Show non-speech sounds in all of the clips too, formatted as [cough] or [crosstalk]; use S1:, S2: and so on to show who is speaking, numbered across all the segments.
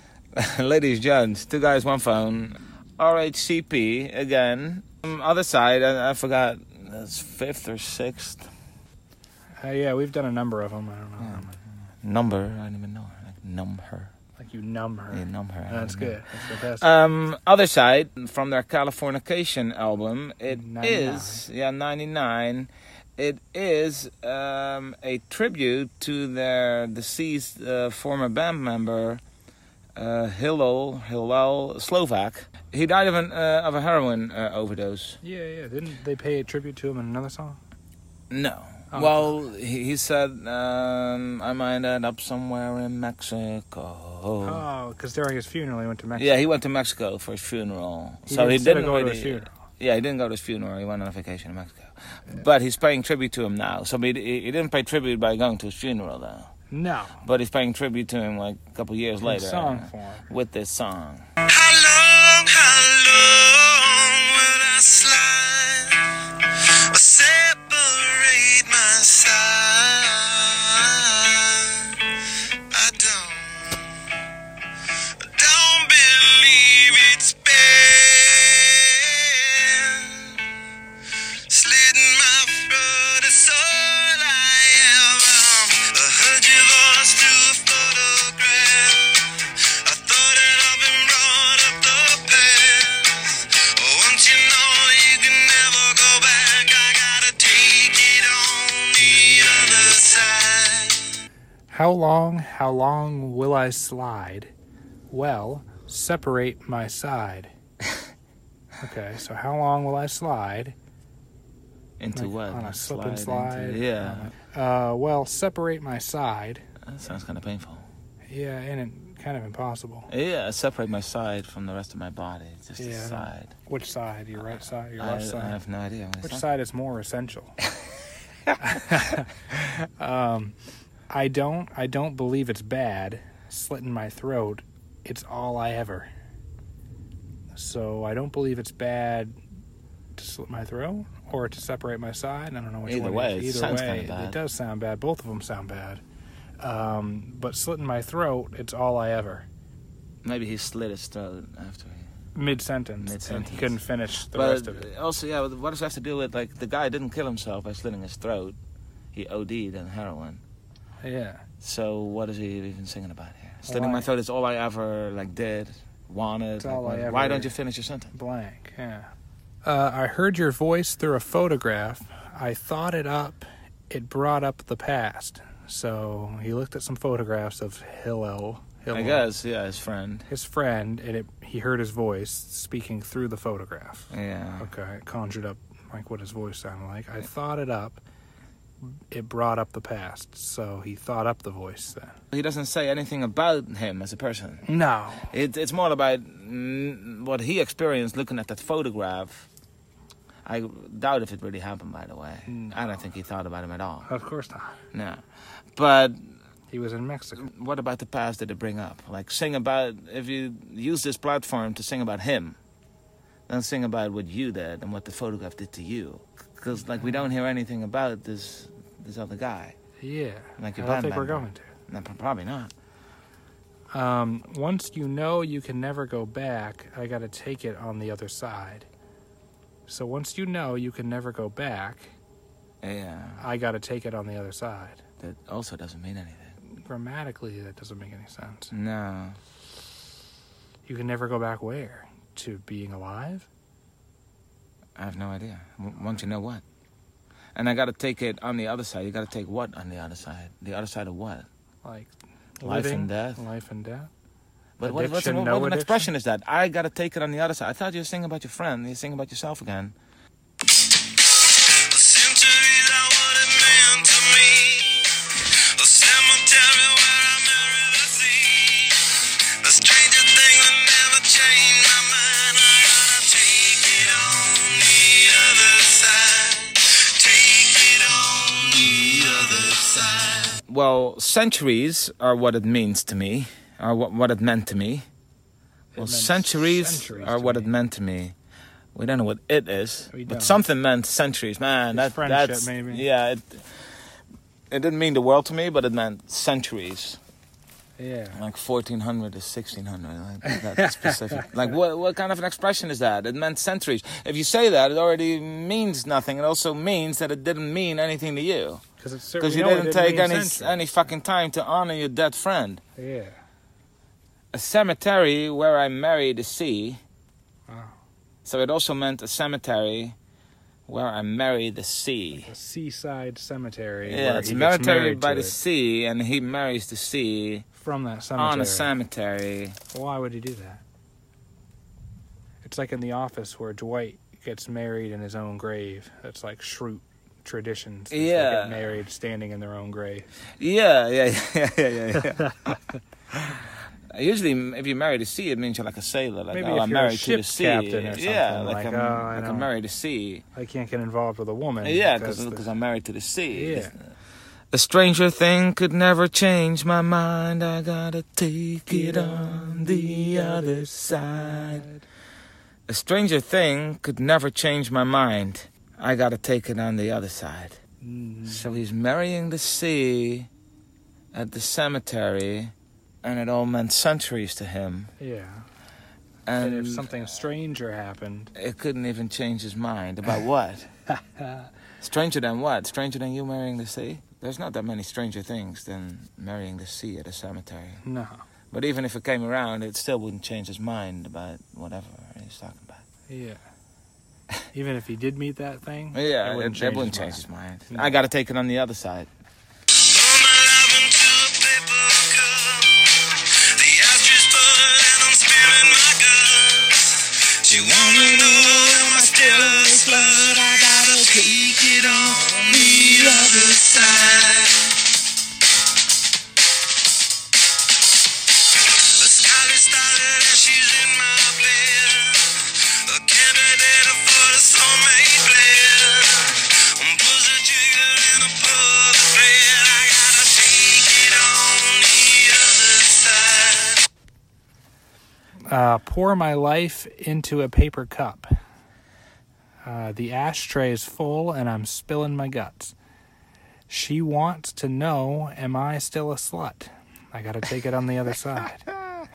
S1: [laughs] Ladies, gents, two guys, one phone. RHCP again. Um, other side, I, I forgot. That's fifth or sixth
S2: Uh, yeah, we've done a number of them. I don't know. how many.
S1: number. I don't even know. her. Like numb her.
S2: Like you numb her.
S1: Yeah, numb her. I
S2: And that's
S1: don't know.
S2: good. That's fantastic.
S1: Um, other side from their Californication album, it is
S2: 99.
S1: yeah ninety nine. It is um, a tribute to their deceased uh, former band member uh, Hillel Hillel Slovak. He died of an uh, of a heroin uh, overdose.
S2: yeah, yeah. Didn't they pay a tribute to him in another song?
S1: No.
S2: Oh.
S1: Well, he, he said, um, I might end up somewhere in Mexico.
S2: Oh, because during his funeral, he went to Mexico.
S1: Yeah, he went to Mexico for his funeral.
S2: He
S1: so he
S2: instead
S1: didn't
S2: of going
S1: really,
S2: to his funeral.
S1: Yeah, he didn't go to his funeral. He went on a vacation in Mexico. But he's paying tribute to him now. So he, he he didn't pay tribute by going to his funeral, though.
S2: No.
S1: But he's paying tribute to him like a couple years
S2: In
S1: later.
S2: song
S1: uh,
S2: form.
S1: With this song.
S3: How long, how long will I slide or separate my side? I don't, don't believe it's been slitting my throat. It's all I am. I heard you lost to a photograph. I thought that I've been brought up the path. Once you know you can never go back, I gotta take it on the other side.
S2: How long, how long will I slide? Well, separate
S1: [laughs]
S2: my side. okay, so how long will I slide?
S1: Into
S2: Like
S1: what?
S2: on a slip and slide,
S1: into- yeah.
S2: Uh, well, separate my side.
S1: That sounds kind of painful.
S2: Yeah, and it kind of impossible.
S1: Yeah, I separate my side from the rest of my body. Just the
S2: Yeah.
S1: side.
S2: Which side? Your right side? Your
S1: I,
S2: left
S1: I
S2: side?
S1: have no idea. what it's
S2: Which
S1: like.
S2: side is more
S1: [laughs]
S2: essential? [laughs] um, I don't. I don't believe it's bad. Slit in my throat. It's all I ever. So I don't believe it's bad to slit my throat or to separate my side. I don't know which
S1: Either
S2: one.
S1: way,
S2: it
S1: it
S2: is. Either
S1: sounds
S2: way,
S1: kinda bad.
S2: it does sound bad. Both of them sound bad. Um, but slit in my throat. It's all I ever.
S1: Maybe he slit his throat after. He...
S2: Mid sentence, and he
S1: Mid-sentence.
S2: couldn't finish the
S1: but
S2: rest of it.
S1: also, yeah, what does it have to do with like the guy didn't kill himself by slitting his throat? He OD'd on heroin.
S2: Yeah.
S1: So what is he even singing about here? Slitting
S2: Why?
S1: my throat is all I ever like did, wanted.
S2: It's
S1: like,
S2: all I
S1: why-
S2: ever-
S1: Why don't you finish your sentence?
S2: blank. Yeah. Uh, I heard your voice through a photograph. I thought it up. It brought up the past. So he looked at some photographs of Hillel. Hillel
S1: I guess, yeah, his friend.
S2: His friend, and it, he heard his voice speaking through the photograph.
S1: Yeah.
S2: Okay, it conjured up like what his voice sounded like. I thought it up. It brought up the past. So he thought up the voice then.
S1: He doesn't say anything about him as a person.
S2: No.
S1: It, it's more about mm, what he experienced looking at that photograph. I doubt if it really happened, by the way.
S2: Hmm.
S1: I don't think he thought about him at all.
S2: Of course not.
S1: No. But
S2: He was in Mexico.
S1: what about the past did it bring up? Like sing about if you use this platform to sing about him, then sing about what you did and what the photograph did to you. Because like we don't hear anything about this this other guy.
S2: Yeah.
S1: Like
S2: I
S1: your
S2: don't
S1: band
S2: think we're
S1: member.
S2: going to.
S1: No, pro- probably not.
S2: Um, once you know you can never go back, I gotta take it on the other side. So once you know you can never go back,
S1: Yeah,
S2: I gotta take it on the other side.
S1: that also doesn't mean anything.
S2: Grammatically, that doesn't make any sense.
S1: No,
S2: You can never go back where? To being alive?
S1: I have no idea. W- Once you know what, and I got to take it on the other side. You got to take what on the other side? The other side of what?
S2: Like
S1: Life
S2: living?
S1: and death.
S2: Life and death.
S1: But what, what's,
S2: Addiction,
S1: what,
S2: no
S1: what an
S2: addiction?
S1: expression is that? I got to take it on the other side. I thought you were singing about your friend. You're singing about yourself again.
S3: Seem to be that what it meant to me. A cemetery where I marry the sea. A stranger thing that never changed my mind. I gotta take it on the other side. Take it on the other side.
S1: Well, centuries are what it means to me, are what, what it meant to me. Well,
S2: meant
S1: centuries,
S2: centuries
S1: are
S2: to
S1: what
S2: me.
S1: it meant to me. We don't know what it is,
S2: We don't.
S1: but something meant centuries, man.
S2: It's
S1: That,
S2: friendship,
S1: that's
S2: maybe.
S1: yeah. It, it didn't mean the world to me, but it meant centuries.
S2: Yeah.
S1: Like 1400 is 1600, like
S2: [laughs]
S1: that specific. like, what, what kind of an expression is that? It meant centuries. If you say that, it already means nothing. It also means that it didn't mean anything to you.
S2: Because it's
S1: Because
S2: certainly
S1: you
S2: no, it
S1: didn't take
S2: mean
S1: any,
S2: century.
S1: any fucking time to honor your dead friend.
S2: Yeah.
S1: A cemetery where I married a sea.
S2: Wow.
S1: So it also meant a cemetery where I married the sea.
S2: A seaside cemetery.
S1: Yeah,
S2: where
S1: it's
S2: he
S1: a
S2: gets
S1: cemetery
S2: married
S1: by
S2: to
S1: the
S2: it
S1: sea, and he marries the sea
S2: from that cemetery.
S1: on a cemetery.
S2: Why would he do that? It's like in The Office where Dwight gets married in his own grave. That's like Shroot traditions. is They
S1: Yeah.
S2: get married standing in their own grave.
S1: Yeah, yeah, [laughs] yeah, yeah, yeah. yeah.
S2: [laughs]
S1: Usually, m- if you marry the sea, it means you're like a sailor. Like,
S2: Maybe
S1: oh,
S2: if
S1: I'm
S2: you're a
S1: married to the
S2: ship
S1: sea.
S2: captain or
S1: yeah,
S2: something,
S1: like, I'm,
S2: like, oh, I
S1: like
S2: know.
S1: I'm married to sea.
S2: I can't get involved with a woman.
S1: Yeah, because
S2: the-
S1: I'm married to the sea.
S2: Yeah.
S1: A stranger thing could never change my mind. I gotta take it on the other side. A stranger thing could never change my mind. I gotta take it on the other side.
S2: Mm,
S1: So he's marrying the sea at the cemetery, and it all meant centuries to him.
S2: yeah. And,
S1: And,
S2: if something stranger happened,
S1: it couldn't even change his mind about
S2: [laughs]
S1: what? stranger than what? Stranger than you marrying the sea? There's not that many stranger things than marrying the sea at a cemetery.
S2: no.
S1: But even if it came around, it still wouldn't change his mind about whatever he's talking about.
S2: Yeah. Even if he did meet that thing,
S1: Yeah,
S2: it
S1: it
S2: wouldn't
S1: it
S2: change,
S1: wouldn't
S2: his
S1: change
S2: mind.
S1: his mind.
S2: No.
S1: I got to take it on the other side.
S3: Pour my love into a paper cup. The ostrich bud, and I'm spilling my guts. She wanna know am I still a slut? I gotta take it on the other side. The sky is started and she's in my bed. A candidate for the soulmate blend. One pulls the trigger and I pull the thread. I gotta take it on the other side.
S2: uh, pour my life into a paper cup. Uh, the ashtray is full and I'm spilling my guts. She wants to know, am I still a slut? I gotta take it on the other side.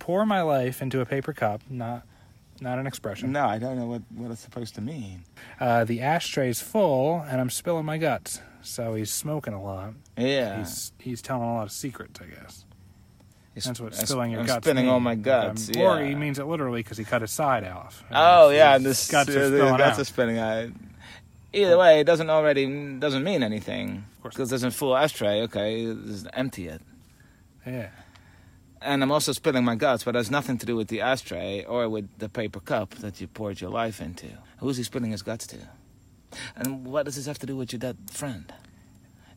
S2: Pour my life into a paper cup, not not an expression.
S1: No, I don't know what, what it's supposed to mean.
S2: Uh, the ashtray's full and I'm spilling my guts. So he's smoking a lot.
S1: Yeah.
S2: He's he's telling a lot of secrets, I guess.
S1: He's-
S2: That's what
S1: I'm-
S2: spilling your
S1: I'm
S2: guts.
S1: spinning all
S2: means.
S1: my guts.
S2: Um,
S1: yeah.
S2: Or he means it literally because he cut his side off.
S1: Oh
S2: His-
S1: yeah,
S2: his
S1: and this
S2: guts
S1: uh,
S2: are
S1: the
S2: spilling
S1: guts
S2: out.
S1: are spilling out. Either way, it doesn't already doesn't mean anything
S2: course.
S1: because there's a full ashtray. Okay, it's empty it,
S2: Yeah.
S1: and I'm also spilling my guts, but it has nothing to do with the ashtray or with the paper cup that you poured your life into. Who's he spilling his guts to? And what does this have to do with your dead friend?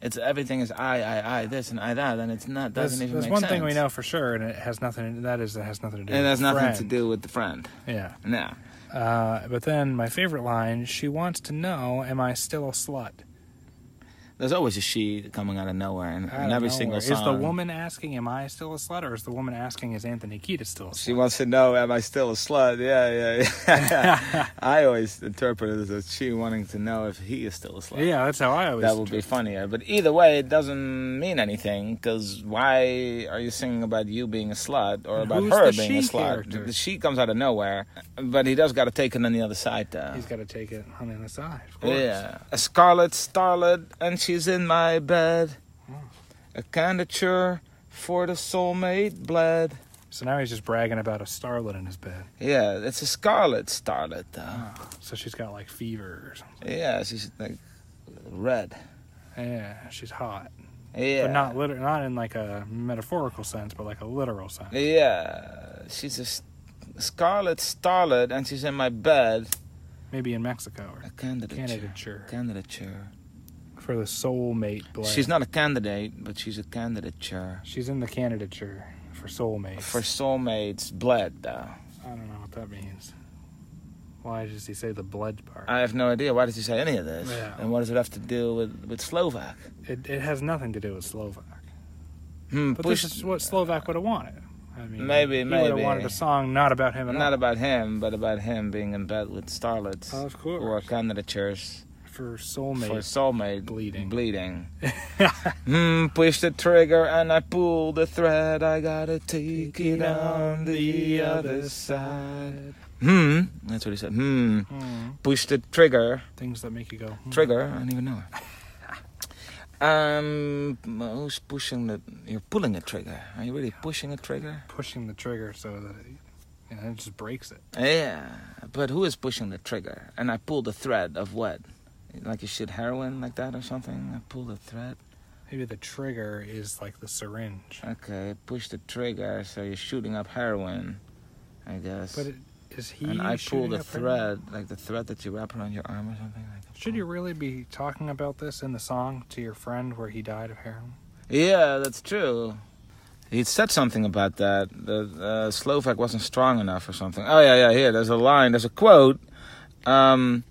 S1: It's everything is I I I this and I that, and it's not
S2: There's,
S1: doesn't even
S2: there's
S1: make
S2: one
S1: sense.
S2: thing we know for sure, and it has nothing. That is, it has nothing to do.
S1: It
S2: with
S1: has nothing to
S2: friend.
S1: do with the friend.
S2: Yeah.
S1: No.
S2: Uh, but then my favorite line: "She wants to know, am I still a slut?"
S1: There's always a she coming out of nowhere in,
S2: Out
S1: in
S2: of
S1: every
S2: nowhere.
S1: single song.
S2: Is the woman asking, "Am I still a slut?" or is the woman asking, "Is Anthony Kiedis still a slut?"
S1: She wants to know, am I still a slut? Yeah, yeah, yeah. [laughs] I always interpret it as a she wanting to know if he is still a slut.
S2: yeah, that's how I always.
S1: That would be funnier. But either way, it doesn't mean anything because why are you singing about you being a slut or
S2: And
S1: about
S2: who's
S1: her
S2: the
S1: being a
S2: she
S1: slut?
S2: character?
S1: The she comes out of nowhere, but he does got to take it on the other side, though.
S2: He's got to take it on the other side. Of course.
S1: Yeah. A scarlet starlet, and she's in my bed.
S2: Hmm.
S1: A candidature for the soulmate bled.
S2: So now he's just bragging about a starlet in his bed.
S1: Yeah, it's a scarlet starlet, though.
S2: So she's got like fever or something.
S1: Yeah, she's like red.
S2: Yeah, she's hot,
S1: Yeah.
S2: but not liter- not in like a metaphorical sense, but like a literal sense.
S1: Yeah, she's a s- scarlet starlet, and she's in my bed.
S2: Maybe in Mexico or
S1: A candidature.
S2: candidature
S1: Candidature.
S2: for the soulmate blend.
S1: She's not a candidate, but she's a candidature
S2: She's in the candidature for soulmates.
S1: for soulmates. Bled, though.
S2: I don't know what that means. Why does he say the blood part?
S1: I have no idea. Why does he say any of this?
S2: Yeah.
S1: And what does it have to do with with Slovak?
S2: it, it has nothing to do with Slovak.
S1: Hmm,
S2: But
S1: push-
S2: this is what Slovak would have wanted. I mean,
S1: Maybe,
S2: he would have
S1: maybe.
S2: wanted a song not about him at
S1: not
S2: all.
S1: about him, but about him being in bed with starlets
S2: of course.
S1: or candidatures for
S2: for soulmate.
S1: soulmate
S2: Bleeding.
S1: Bleeding.
S2: [laughs]
S1: Hmm, push the trigger and I pull the thread. I gotta take it on the other side. Hmm, that's what he said. Hmm,
S2: Hmm.
S1: push the trigger,
S2: Things that make you go. hmm.
S1: trigger. I don't even know. Um, who's pushing the? You're pulling the trigger. Are you really pushing a trigger?
S2: Pushing the trigger so that it, you know, it just breaks it.
S1: Yeah, but who is pushing the trigger? And I pull the thread of what? Like you shoot heroin like that or something? I pull the thread.
S2: Maybe the trigger is like the syringe.
S1: Okay, push the trigger, so you're shooting up heroin, I guess.
S2: But it, is he?
S1: and I pull
S2: shooting
S1: the
S2: up heroin?
S1: thread, like the thread that you wrap around your arm or something. Like that.
S2: Should you really be talking about this in the song to your friend where he died of heroin?
S1: Yeah, that's true. He said something about that. The uh, Slovak wasn't strong enough or something. Oh yeah, yeah. Here, there's a line. There's a quote. Um,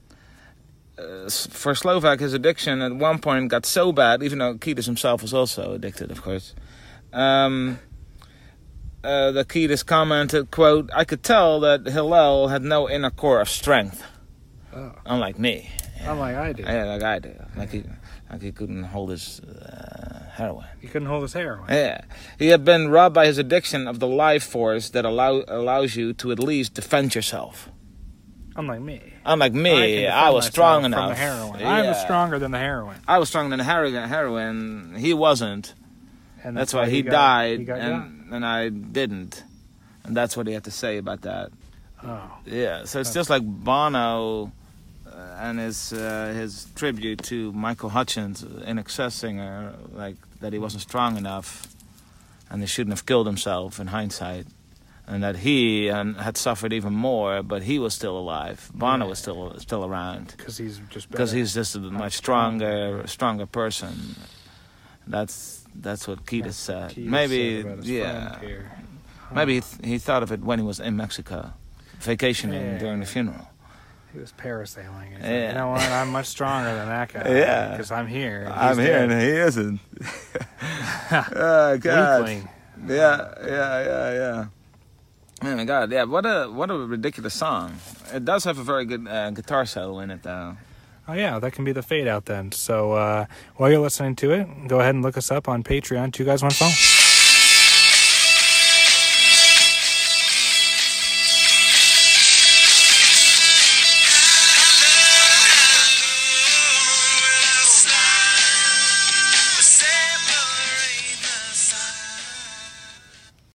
S1: uh, s- for Slovak, his addiction at one point got so bad, even though Kiedis himself was also addicted, of course. Um, uh, the Kiedis commented, "Quote: I could tell that Hillel had no inner core of strength,
S2: Oh,
S1: unlike me.
S2: unlike I do.
S1: Yeah, like I do. Like he, like he couldn't hold his uh, heroin."
S2: He couldn't hold his heroin.
S1: Yeah. He had been robbed by his addiction of the life force that allow, allows you to at least defend yourself.
S2: Unlike me.
S1: Unlike
S2: can
S1: me,
S2: defend
S1: I, was
S2: myself
S1: strong
S2: from
S1: enough.
S2: The heroin. I was
S1: Yeah.
S2: stronger than the heroin.
S1: I was stronger than heroin. heroin. He wasn't.
S2: And
S1: That's, why, he,
S2: got-
S1: died,
S2: he got
S1: and, and I didn't. And that's what he had to say about that.
S2: got.
S1: Yeah. So it's just like Bono uh, and his uh, his tribute to Michael Hutchins, uh, in excess singer, like that he wasn't strong enough, and he shouldn't have killed himself in hindsight, and that he and had suffered even more, but he was still alive. Bono was still still around
S2: because he's just
S1: because
S2: better.
S1: he's just a much stronger stronger person. That's that's what Keita
S2: That's
S1: said.
S2: what Keita
S1: Maybe
S2: said about his
S1: yeah.
S2: friend here.
S1: Maybe he, th- he thought of it when he was in Mexico, vacationing
S2: Yeah.
S1: during the funeral.
S2: He was parasailing. He's like,
S1: Yeah.
S2: You know what? I'm much stronger than that guy.
S1: Yeah.
S2: Because I'm here. and
S1: I'm
S2: he's
S1: here
S2: dead.
S1: and he [laughs]
S2: [laughs]
S1: isn't. oh God!
S2: Weakling.
S1: Yeah, yeah, yeah, yeah. Oh my God! Yeah, what a what a ridiculous song. It does have a very good uh, guitar solo in it, though.
S2: Oh yeah, that can be the fade out then. So uh, while you're listening to it, go ahead and look us up on Patreon. Two guys, one phone.